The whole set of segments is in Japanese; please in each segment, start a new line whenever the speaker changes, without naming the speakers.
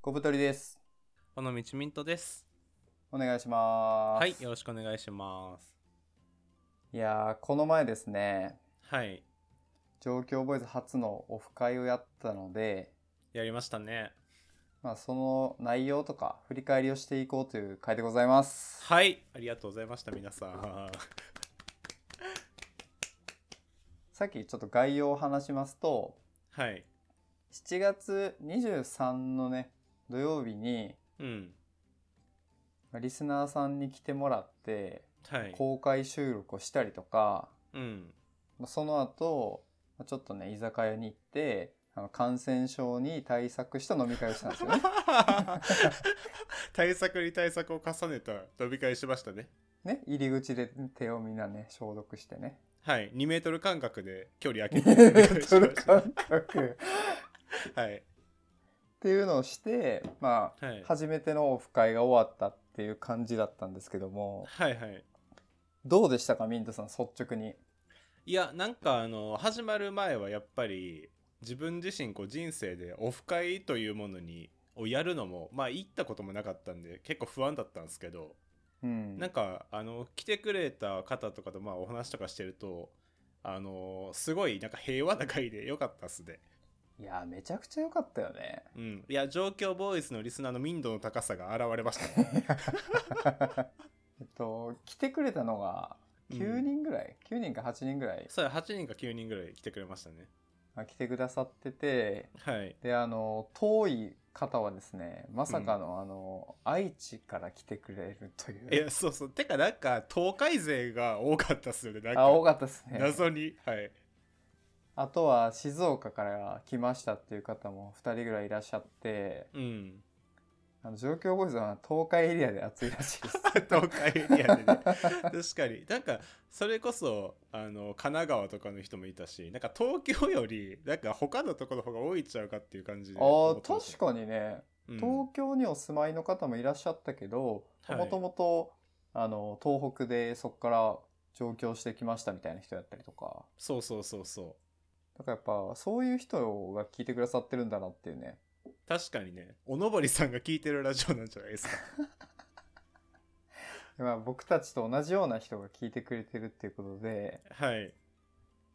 小太りです。
この道ミントです。
お願いします。
はい、よろしくお願いします。
いやー、この前ですね、
はい、
上京ボーイズ初のオフ会をやったので、
やりましたね。
まあ、その内容とか振り返りをしていこうという回でございます。
はい、ありがとうございました、皆さん。
さっきちょっと概要を話しますと、
はい、
7月23のね、土曜日に、
うん、
まあリスナーさんに来てもらって、
はい、
公開収録をしたりとか、
うん、
まあその後、まあちょっとね、居酒屋に行って、あの感染症に対策した飲み会をしたんですよね。
対策に対策を重ねた飲み会しましたね。
ね、入り口で手をみんなね、消毒して ね。
はい、2メートル間隔で距離空けて飲み会しま
その
した
感覚
はい、
っていうのをして、まあ、
はい、
初めてのオフ会が終わったっていう感じだったんですけども、
はい、はい。
どうでしたか、ミントさん、率直に。
いやなんかあの始まる前はやっぱり自分自身こう人生でオフ会というものにをやるのもまあ行ったこともなかったんで結構不安だったんですけど、
うん。
なんかあの来てくれた方とかとまあお話とかしてるとあのすごいなんか平和な会でよかったっすね。
いや、めちゃくちゃ良かったよね。
うん、いや状況ボーイズのリスナーの民度の高さが現れました、ね
えっと、来てくれたのが、9人ぐらい、?9 人か8人ぐらい、
そうや8人か9人ぐらい来てくれましたね
まあ来てくださってて、
はい
で、あの、遠い方はですね、まさかの、あの、愛知から来てくれるという。
いやそうそうてかなんか東海勢が多かったっすよねなんか
あ、多かったですね。
謎にはい
あとは静岡から来ましたっていう方も2人ぐらいいらっしゃって、
うん
あの状況ボーイズは東海エリアで暑いらしいです。
東海エリアでね確かになんかそれこそあの神奈川とかの人もいたしなんか東京よりなんか他のところの方が多いちゃうかっていう感じで
あ
思
ー
ってまし
確か
た
にね、
うん
東京にお住まいの方もいらっしゃったけど
はい
もともと東北でそこから上京してきましたみたいな人やったりとか
そうそうそうそ
だからやっぱそういう人が聞いてくださってるんだなっていうね
う確かにねおのぼりさんが聞いてるラジオなんじゃないですか
でまあ僕たちと同じような人が聞いてくれてるっていうことで
はい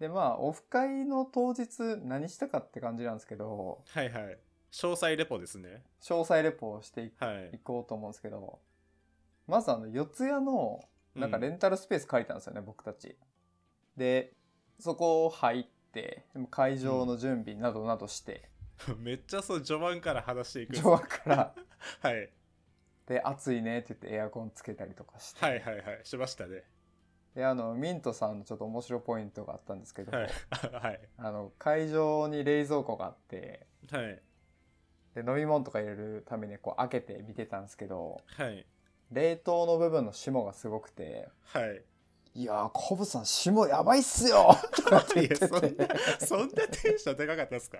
でまあオフ会の当日何したかって感じなんですけど
はいはい詳細レポですね
詳細レポをしてい
はい
いこうと思うんですけどまずあの四谷のなんか
う
レンタルスペース借りたんですよね、僕たちでそこ入ってでも会場の準備などなどして、
めっちゃそう序盤から話していくんです
今日はから
はい
で暑いねって言ってエアコンつけたりとかして、
はいはいはいしましたね
であのミントさんのちょっと面白いポイントがあったんですけど、
はいはい
あの会場に冷蔵庫があって
はい
で飲み物とか入れるためにこう開けて見てたんですけど
はい
冷凍の部分の霜がすごくて
はい
「いやーコブさん霜やばいっすよ!」とか って言って
いやそん
て
なそんなテンション高かったで すか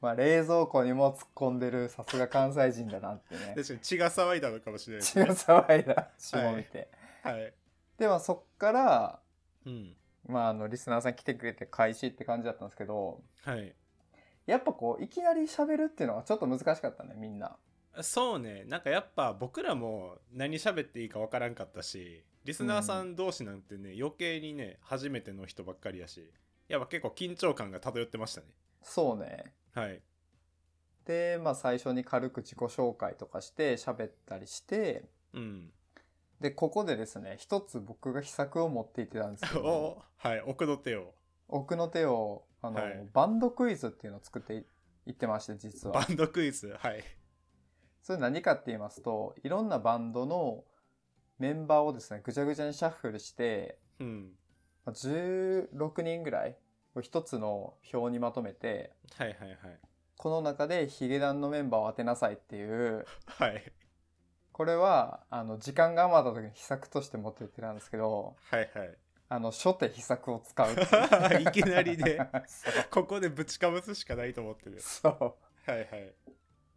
まあ冷蔵庫にも突っ込んでるさすが関西人だなってね
確かに血が騒いだのかもしれないです
血が
ね。
騒いだ霜見て、
はい。
でまあそっから、
うん。
まあ、あのリスナーさん来てくれて開始って感じだったんですけど
はい。
やっぱこういきなり喋るっていうのはちょっと難しかったねみんな
そうね。なんかやっぱ僕らも何喋っていいかわからんかったし、リスナーさん同士なんてね、余計にね、初めての人ばっかりやし、やっぱ結構緊張感が漂ってましたね。
そうね
はい。
でまあ最初に軽く自己紹介とかして喋ったりして
うん。
でここでですね一つ僕が秘策を持っていってたんですけど
おはい。奥の手を。
奥の手をあの、
はい
バンドクイズっていうのを作っていいってまして実は
バンドクイズ。はい。
それ何かって言いますといろんなバンドのメンバーをですねぐちゃぐちゃにシャッフルして
うん。
まあ16人ぐらいを一つの表にまとめて
はいはいはい。
この中でヒゲダンのメンバーを当てなさいっていう
はい。
これはあの時間が余った時の秘策として持っていってたんですけど
はい
あの初手秘策を使うって
はい い。
う
いきなりで、
そう
ここでぶちかぶすしかないと思ってる。
そ
はいはい。
う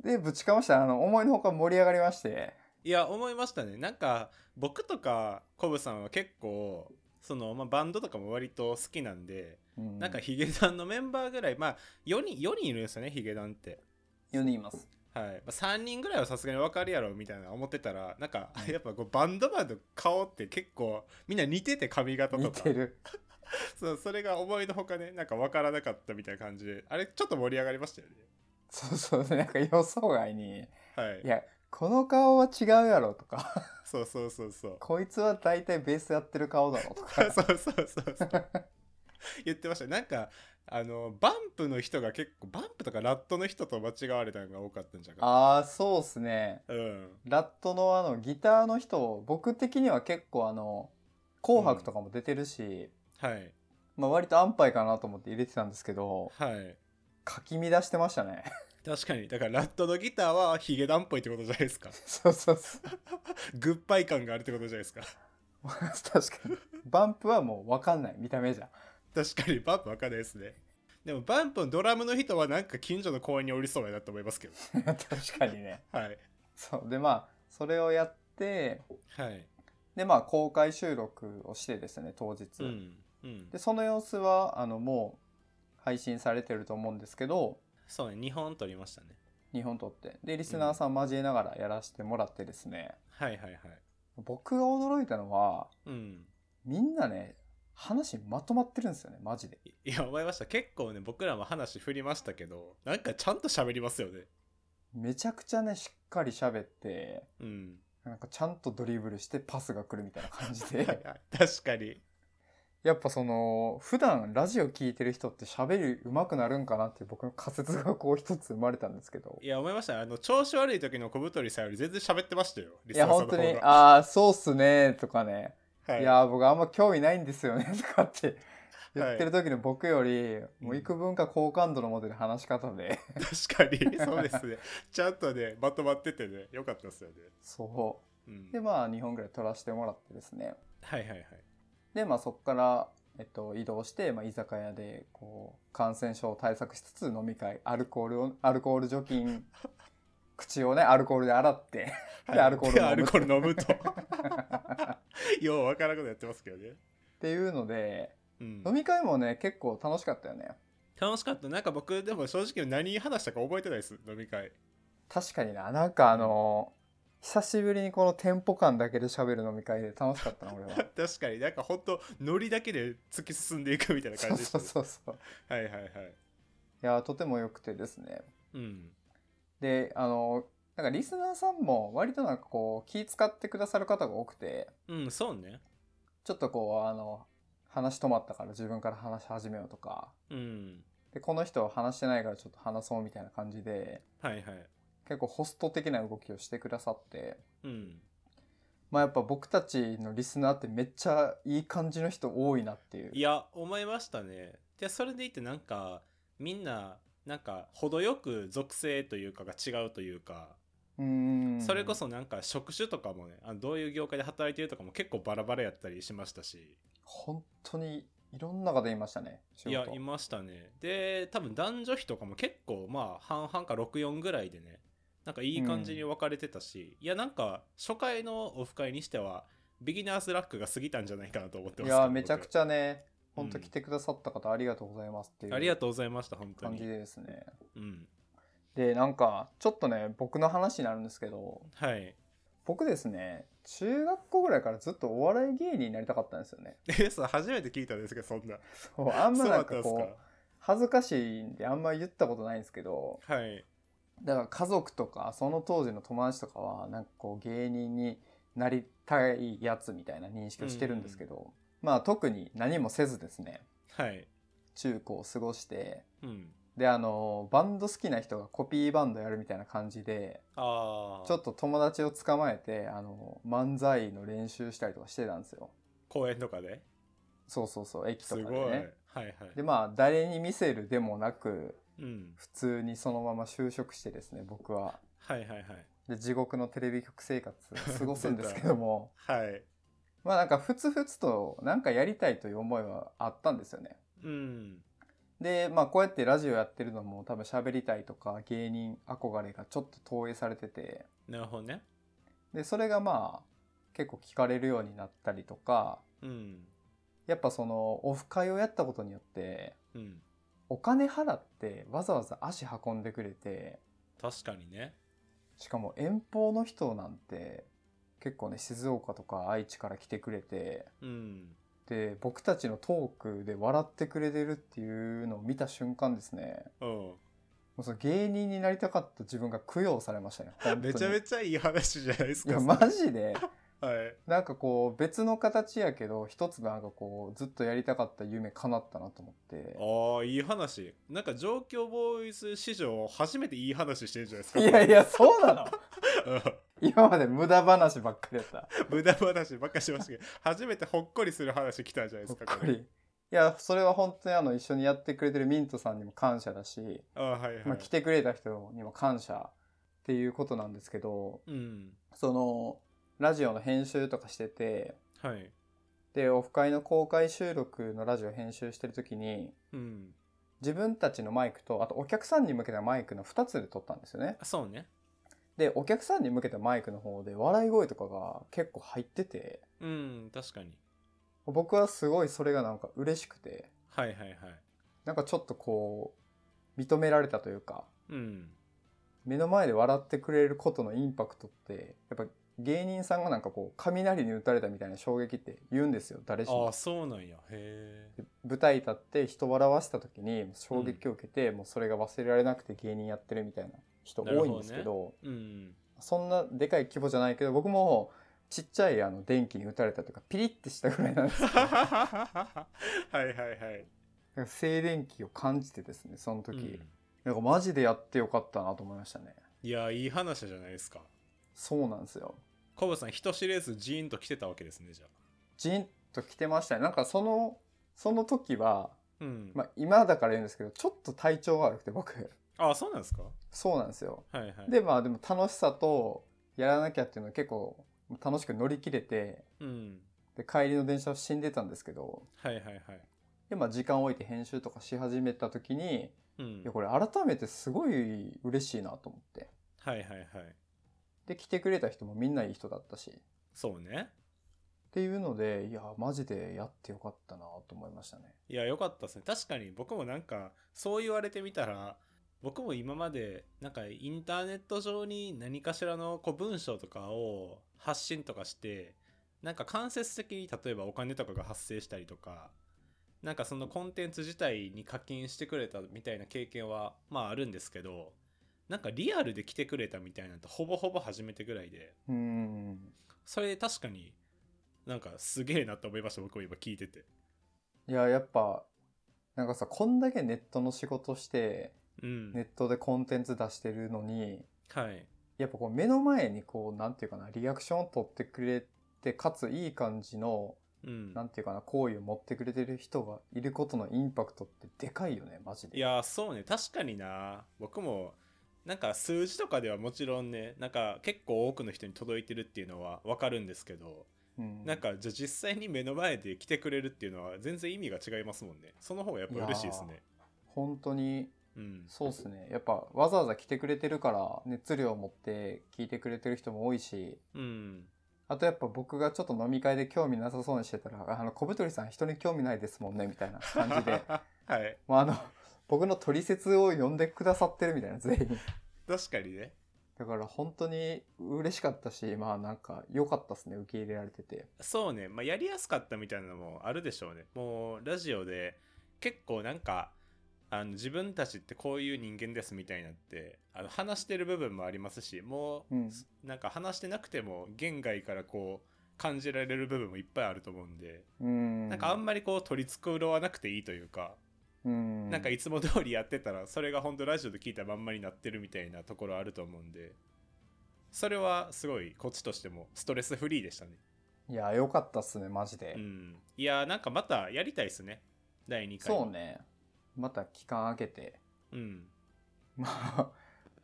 でぶちかましたらあの思いのほか盛り上がりまして
いや思いましたねなんか僕とかコブさんは結構その、まあ、バンドとかも割と好きなんで、
な
なんかヒゲダンのメンバーぐらいまあ4人 ,4 人いるんですよねヒゲダンって
4人います
はいまあ、3人ぐらいはさすがに分かるやろみたいな思ってたらなんかやっぱこうバンドマンの顔って結構みんな似てて髪型と
似
か
てる
そうそれが思いのほかねなんか分からなかったみたいな感じであれちょっと盛り上がりましたよね
そうそうなんか予想外に
はい
いやこの顔は違うやろとか
そうそうそうそう
こいつは大体ベースやってる顔だろと か
そうそうそうそう言ってましたなんかあのバンプの人が結構バンプとかラットの人と間違われたのが多かったんじゃないか
ああそうっすね
なうん
ラットのあのギターの人僕的には結構あの「紅白」とかも出てるし、
はい
まあ、割と安牌かなと思って入れてたんですけど
はい
かき乱してましたね
確かにだからラットのギターはヒゲダンっぽいってことじゃないですか
そうそうそう
グッバイ感があるってことじゃないですか
確かにバンプはもう分かんない見た目じゃ
確かにバンプわかんないですねでもバンプのドラムの人はなんか近所の公園におりそうやなと思いますけど
確かにね
はい
そうでまあそれをやって
はい
でまあ公開収録をしてですね当日、
うんうん
でその様子はあのもう配信されてると思うんですけど
そうね2本撮りましたね
日本撮ってでリスナーさん交えながらやらせてもらってですね、
はいはいはい
僕が驚いたのは
うん
みんなね話まとまってるんですよねマジで
い いや思いました結構ね僕らも話振りましたけどなんかちゃんと喋りますよね
めちゃくちゃねしっかり喋って
うん
なんかちゃんとドリブルしてパスが来るみたいな感じ
はいは
で
い確かに
やっぱその普段ラジオ聞いてる人って喋り上手くなるんかなっていう僕の仮説がこう一つ生まれたんですけど
いや思いましたあの調子悪い時の小太りさんより全然喋ってましたよリ
いや本当に「
が
ああそうっすね」とかね
はい
いやー僕あんま興味ないんですよね とかって言ってる時の僕より、もう幾分か好感度の持てる話し方で
確かにそうですねちゃんとねまとまっててねよかったですよね
そ
うん
うでまあ2本ぐらい撮らせてもらってですね
はいはいはい
でまあそこから、えっと、移動して、まあ、居酒屋でこう感染症対策しつつ飲み会アルコールをアルコール除菌口をねアルコールで洗って
はい
でアルコール飲む
でアルコール飲むとようわからんことやって ますけどね、
っていうので
うん
飲み会もね結構楽しかったよね
楽しかったなんか僕でも正直何話したか覚えてないです飲み会
確かにななんかあの久しぶりにこのテンポ感だけで喋る飲み会で楽しかったな俺 は
確かになんかほんとノリだけで突き進んでいくみたいな
そ
感
う
じ
そ
でし
う
たね、
そうそう
はいはいはい
いやーとても良くてですね
うん
であのなんかリスナーさんも割となんかこう気使ってくださる方が多くて
うんそうね
ちょっとこうあの話止まったから自分から話し始めようとか
うん
でこの人は話してないからちょっと話そうみたいな感じで
はいはい
結構ホスト的な動きをしてくださって
うん
まあやっぱ僕たちのリスナーってめっちゃいい感じの人多いなっていう
いや思いましたねでそれでいてなんかみんななんか程よく属性というかが違うというか、
うーん
それこそなんか職種とかもねあのどういう業界で働いてるとかも結構バラバラやったりしましたし
本当にいろんな方いましたね仕
いや
事
いましたねで多分男女比とかも結構まあ半々か64ぐらいでねなんかいい感じに分かれてたし、いやなんか初回のオフ会にしてはビギナーズラックが過ぎたんじゃないかなと思って
い
ます
やめちゃく
ゃ
ちゃね
うん
本当来てくださった方ありがとうございますっていう
ありがとうございました本当
感じ
に
でですね
うん
でなんかちょっとね僕の話になるんですけど
はい
僕ですね中学校ぐらいからずっとお笑い芸人になりたかったんですよね
えそう初めて聞いたんですけどそんな
そうあんまなん
そ
か
うだ
こ
っ
う恥ずかしいんであんま言ったことないんですけど
たんです
だから家族とかその当時の友達とかはなんかこう芸人になりたいやつみたいな認識をしてるんですけど、まあ特に何もせずですね
かはいはい
中高を過ごして
うん
であのバンド好きな人がコピーバンドやるみたいな感じで
ああ
ちょっと友達を捕まえてあの漫才の練習したりとかしてたんですよ
公園とかで
そうそうそう駅
す
とかで
ごいはい
ね
はい
でまあ誰に見せるでもなく
うん
普通にそのまま就職してですね僕は
はいはいはい
で地獄のテレビ局生活を過ごすんですけども
はい
まあなんかふつふつとなんかやりたいという思いはあったんですよね
うん
でまあこうやってラジオやってるのも多分喋りたいとか芸人憧れがちょっと投影されてて
なるほどね
でそれがまあ結構聞かれるようになったりとか
うん
やっぱそのオフ会をやったことによって
うん
お金払ってわざわざ足運んでくれて
確かにね
しかも遠方の人なんて結構ね静岡とか愛知から来てくれて
うん
で僕たちのトークで笑ってくれてるっていうのを見た瞬間ですね
うん
もうその芸人になりたかった自分が供養されましたね本当に
めちゃめ
ち
ちゃいい話じゃないです
い
か
や
それ
マジで
はい
なんかこう別の形やけど一つなんかこうずっとやりたかった夢叶ったなと思って
ああいい話なんか上京ボーイズ史上初めていい話してるじゃないですか
いやいやそうなの
うん
今まで無駄話ばっかりやった
無駄話ばっかしましたけど初めてほっこりする話来たじゃないで
ほっ
すかこ
こ
れ
りいやそれは本当にあの一緒にやってくれてるミントさんにも感謝だし、
あーはいはい、
まあ、来てくれた人にも感謝っていうことなんですけど
うん
そのラジオの編集とかしてて
はい
でオフ会の公開収録のラジオ編集してる時に
うん
自分たちのマイクとあとお客さんに向けたマイクの2つで撮ったんですよね
あそうね
でお客さんに向けたマイクの方で笑い声とかが結構入ってて
うん確かに
僕はすごいそれがなんか嬉しくて
はいはいはい
なんかちょっとこう認められたというか
うん
目の前で笑ってくれることのインパクトってやっぱ芸人さんがなんかこう雷に打たれたみたいな衝撃って言うんですよ誰し
あ
も
あそうなんやへえ
で舞台立って人笑わせた時に衝撃を受けて、もうそれが忘れられなくて芸人やってるみたいな人
なるほ
多い
どね
んですけど
うん
そんなでかい規模じゃないけど僕もちっちゃいあの電気に打たれたというかピリッてしたぐらいなんですけどだか
はいはいはい。
ら静電気を感じてですねその時、
うん
なんかマジでやってよかったなと思いましたね
いや、いい話じゃないですか。
そうなんですよ
コブさん、人知れずジーンと来てたわけですね、じゃあ。
ジーンと来てましたねなんかそのその時は、
うん。
まあ、今だから言うんですけどちょっと体調悪くて僕
ああ、そうなんですか
そうなんですよ
はいはい。
でまあでも楽しさとやらなきゃっていうのを結構楽しく乗り切れて
うん。
で帰りの電車は死んでたんですけど
はいはいはい。
で、まあ、時間を置いて編集とかし始めた時に
うん
いや。これ改めてすごい嬉しいなと思って
はいはいはい。
で来てくれた人もみんないい人だったしっ
そうね。
ていうのでいやマジでやってよかったなと思いましたね
いや、よかったですね。確かに僕もなんか、そう言われてみたら、僕も今まで、なんかインターネット上に何かしらのこう文章とかを発信とかして、なんか間接的に例えばお金とかが発生したりとか、なんかそのコンテンツ自体に課金してくれたみたいな経験は、まああるんですけど、なんかリアルで来てくれたみたいなのってほぼほぼ初めてぐらいで、
うーん
それ確かになんかすげえなと思いました、僕も今聞いてて。
いややっぱなんかさこんだけネットの仕事して
うん。
ネットでコンテンツ出してるのに
はい。
やっぱこう目の前にこうなんていうかなリアクションを取ってくれてかついい感じの
うん。
なんていうかな好意を持ってくれてる人がいることのインパクトってでかいよねマジで
いやーそうね確かにな僕もなんか数字とかではもちろんねなんか結構多くの人に届いてるっていうのは分かるんですけど、
うん
なんかじゃあ実際に目の前で来てくれるっていうのは全然意味が違いますもんねその方がやっぱ嬉しいですね
本当に
うん
そうっすねやっぱわざわざ来てくれてるから熱量を持って聞いてくれてる人も多いし
うん
あとやっぱ僕がちょっと飲み会で興味なさそうにしてたら「あの小太りさん人に興味ないですもんね」みたいな感 じで
はい
まああの僕の取説を読んでくださってるみたいな全員
確かにね
だから本当に嬉しかったしまあなんか良かったっすね受け入れられてて
そうね、まあ、やりやすかったみたいなのもあるでしょうねもうラジオで結構なんかあの自分たちってこういう人間ですみたいなってあの話してる部分もありますしも
う
う、
ん
なんか話してなくても言外からこう感じられる部分もいっぱいあると思うんで、
うん
なんかあんまりこう取り繕わなくていいというか、
うん
なんかいつも通りやってたらそれが本当ラジオで聞いたまんまになってるみたいなところあると思うんでそれはすごいこっちとしてもストレスフリーでしたね。
いや良かったっすねマジで、
うん、いやーなんかまたやりたいですね第2回
そうねまた期間空けて
うん
まあ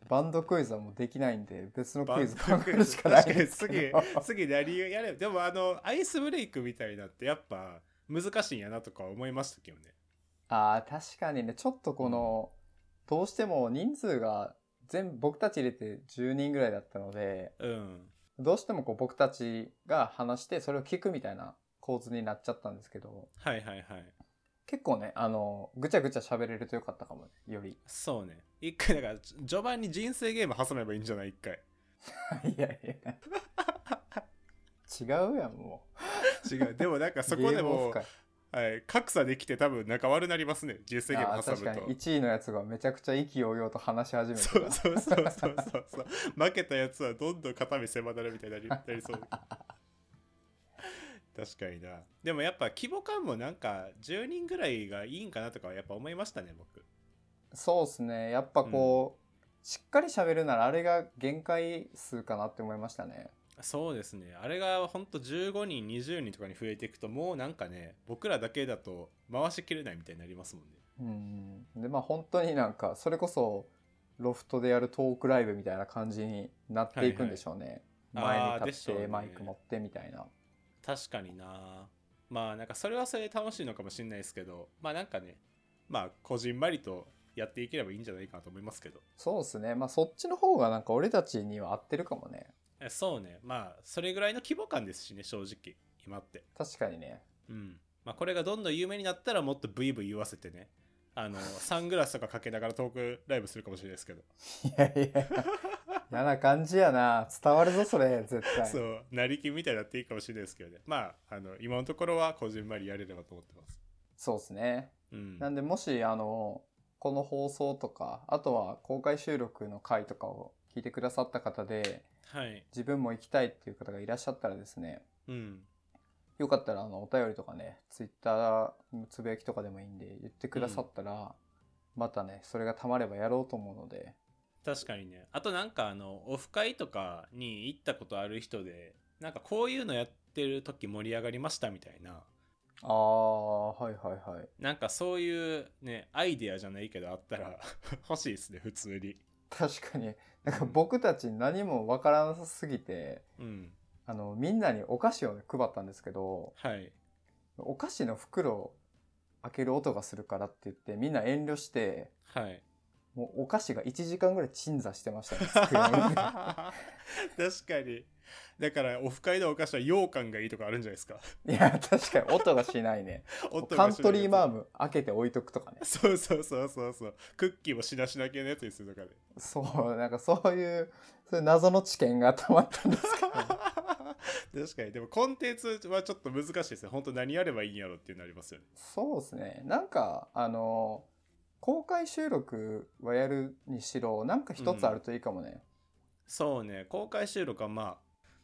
バンドクイズはもうできないんで別の
バ
クイ
ン
ズ
ド
考え
クイ
る
ズ
しかない
確か
で
に
す
次
けど
次何やれでもあのアイスブレイクみたいなってやっぱ難しいんやなとか思いましたけどね
あー確かにねちょっとこの、どうしても人数が全僕たち入れて10人ぐらいだったので
うん
どうしてもこう僕たちが話してそれを聞くみたいな構図になっちゃったんですけど
はいはいはい
結構ねあのぐちゃぐちゃ喋れるとよかったかもねより
そうね一回だから序盤に人生ゲーム挟めばいいんじゃない一回
いやいや。違うやん、もう。
違うでもなんかそこ
ゲ
で
ームオ
も
フ、会
はい、格差できて多分仲悪なりますねジュースゲー
あ
ム
ー
挟む
確かに
と。
1位のやつがめちゃくちゃ意気揚々と話し始めて
そうそうそうそうそうそう負けたやつはどんどん肩身狭なるみたいになりなりそう確かになでもやっぱ規模感もなんか10人ぐらいがいいんかなとかはやっぱ思いましたね僕
そうですね。やっぱこう、しっかり喋るならあれが限界数かなって思いましたね。
そうですねあれがほんと15人20人とかに増えていくともうなんかね僕らだけだと回しきれないみたいになりますもんね
うん。で、まあ本当になんか、それこそ、ロフトでやるトークライブみたいな感じになっていくんでしょうね。
はいはいあ
前
ー
に
で
立
しょ
っ
う
て、
ね
マイク持ってみたいな。
確かになまあなんかそれはそれで楽しいのかもしれないですけどまあなんかねまあこじんまりとやっていければいいんじゃないかなと思いますけど
そうですね。まあそっちの方がなんか俺たちには合ってるかもね。
えそうねまあそれぐらいの規模感ですしね正直今って
確かにね。
うんまあこれがどんどん有名になったらもっとブイブイ言わせてねあ のサングラスとかかけながらトークライブするかもしれないですけ
い
ど、
やいや。嫌な感じやな。伝わるぞ、それ、絶対。
そう成金みたいになっていいかもしれないですけどねまああの今のところはこじんまりやれればと思ってます
そうですね。
うん
なんでもしあのこの放送とかあとは公開収録の回とかを聞いてくださった方で
はい
自分も行きたいっていう方がいらっしゃったらですね
うん
よかったらあのお便りとかねツイッターのつぶやきとかでもいいんで言ってくださったら、またねそれがたまればやろうと思うので
確かにねあとなんかあのオフ会とかに行ったことある人でなんかこういうのやってる時盛り上がりましたみたいな
ああはいはいはい
なんかそういうねアイデアじゃないけどあった ら欲しいですね普通に
確かになんか僕たち何もわからなさすぎて
うん
あのみんなにお菓子を、ね、配ったんですけど
はい
お菓子の袋を開ける音がするからって言ってみんな遠慮して
はい
もうお菓子が1時間ぐらい鎮座してましたね
確
机の上に
かにだからオフ会のお菓子は羊羹がいいとかあるんじゃないですか
いや確かに音がしないね
音
カ
が
ン
し
ト
ないやつ
リーマーム開けて置いとくとかね
そうそうそうそうそうクッキーもしなしな系のやつに するとかで
そうなんかそういうそういう謎の知見がたまったんですけど
確かにでもコンテンツはちょっと難しいですね本当何やればいいんやろっていうのありますよね
そうですねなんかあの公開収録はやるにしろなんか一つあるといいかもね、
そうね公開収録はまあ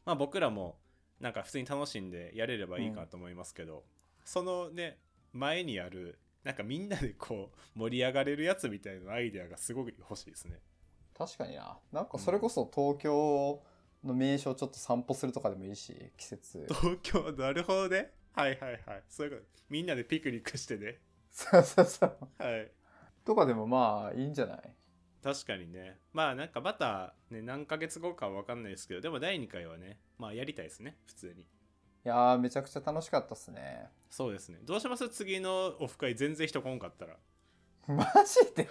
まあ僕らもなんか普通に楽しんでやれればいいかと思いますけど、そのね前にあるなんかみんなでこう盛り上がれるやつみたいなアイデアがすごく欲しいですね
確かにななんかそれこそ東京の名所をちょっと散歩するとかでもいいし季節
東京なるほどねはいはいはいそういうことみんなでピクニックしてね
そうそうそう。
はい
とかでもまあいいんじゃない
確かにねまあなんかまたね何ヶ月後かは分かんないですけどでも第2回はねまあやりたいですね普通に
いやーめちゃくちゃ楽しかったっすね。
そうですねどうします次のオフ会全然人来んかったら
マジで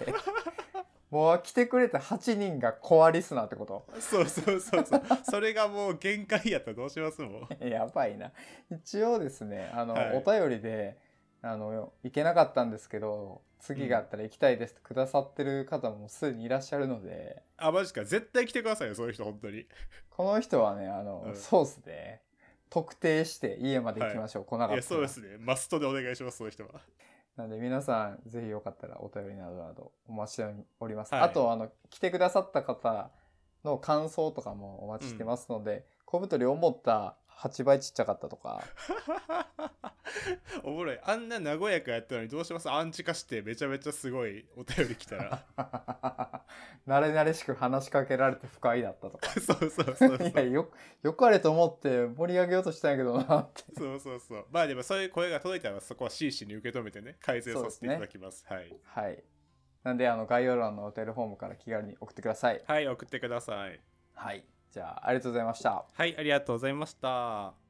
もう来てくれた8人がコアリスナーってこと
そうそうそうそうそれがもう限界やったらどうしますもん
やばいな。一応ですね、あの、
はい
お便りで、あの、行けなかったんですけど、次があったら行きたいですってくださってる方もすでにいらっしゃるので、
あマジか絶対来てくださいよそういう人本当に
この人はね、あの、
うん
そうっすね。特定して家まで行きましょう。来なか
い
った
や
ら
そうですねマストでお願いしますそういう人は
なんで皆さん、ぜひよかったらお便りなどなどお待ちしております。
はい
あと、あの、来てくださった方の感想とかもお待ちしてますので、小太り思った8倍ちっちゃかったとか、
おもろいあんな和やかやったのにどうしますアンチ化してめちゃめちゃすごいお便り来 たら
慣れ慣れしく話しかけられて不快だったとか。
そうそうそうそう
いや、よ、よかれと思って盛り上げようとしたんやけど なって。
そうそうそうまあでもそういう声が届いたらそこは真摯に受け止めてね改善させていただきますはい
はい。なんで、あの、概要欄のお便りフォームから気軽に送ってください。
はい送ってください
はい。じゃあ、ありがとうございました。
はいありがとうございました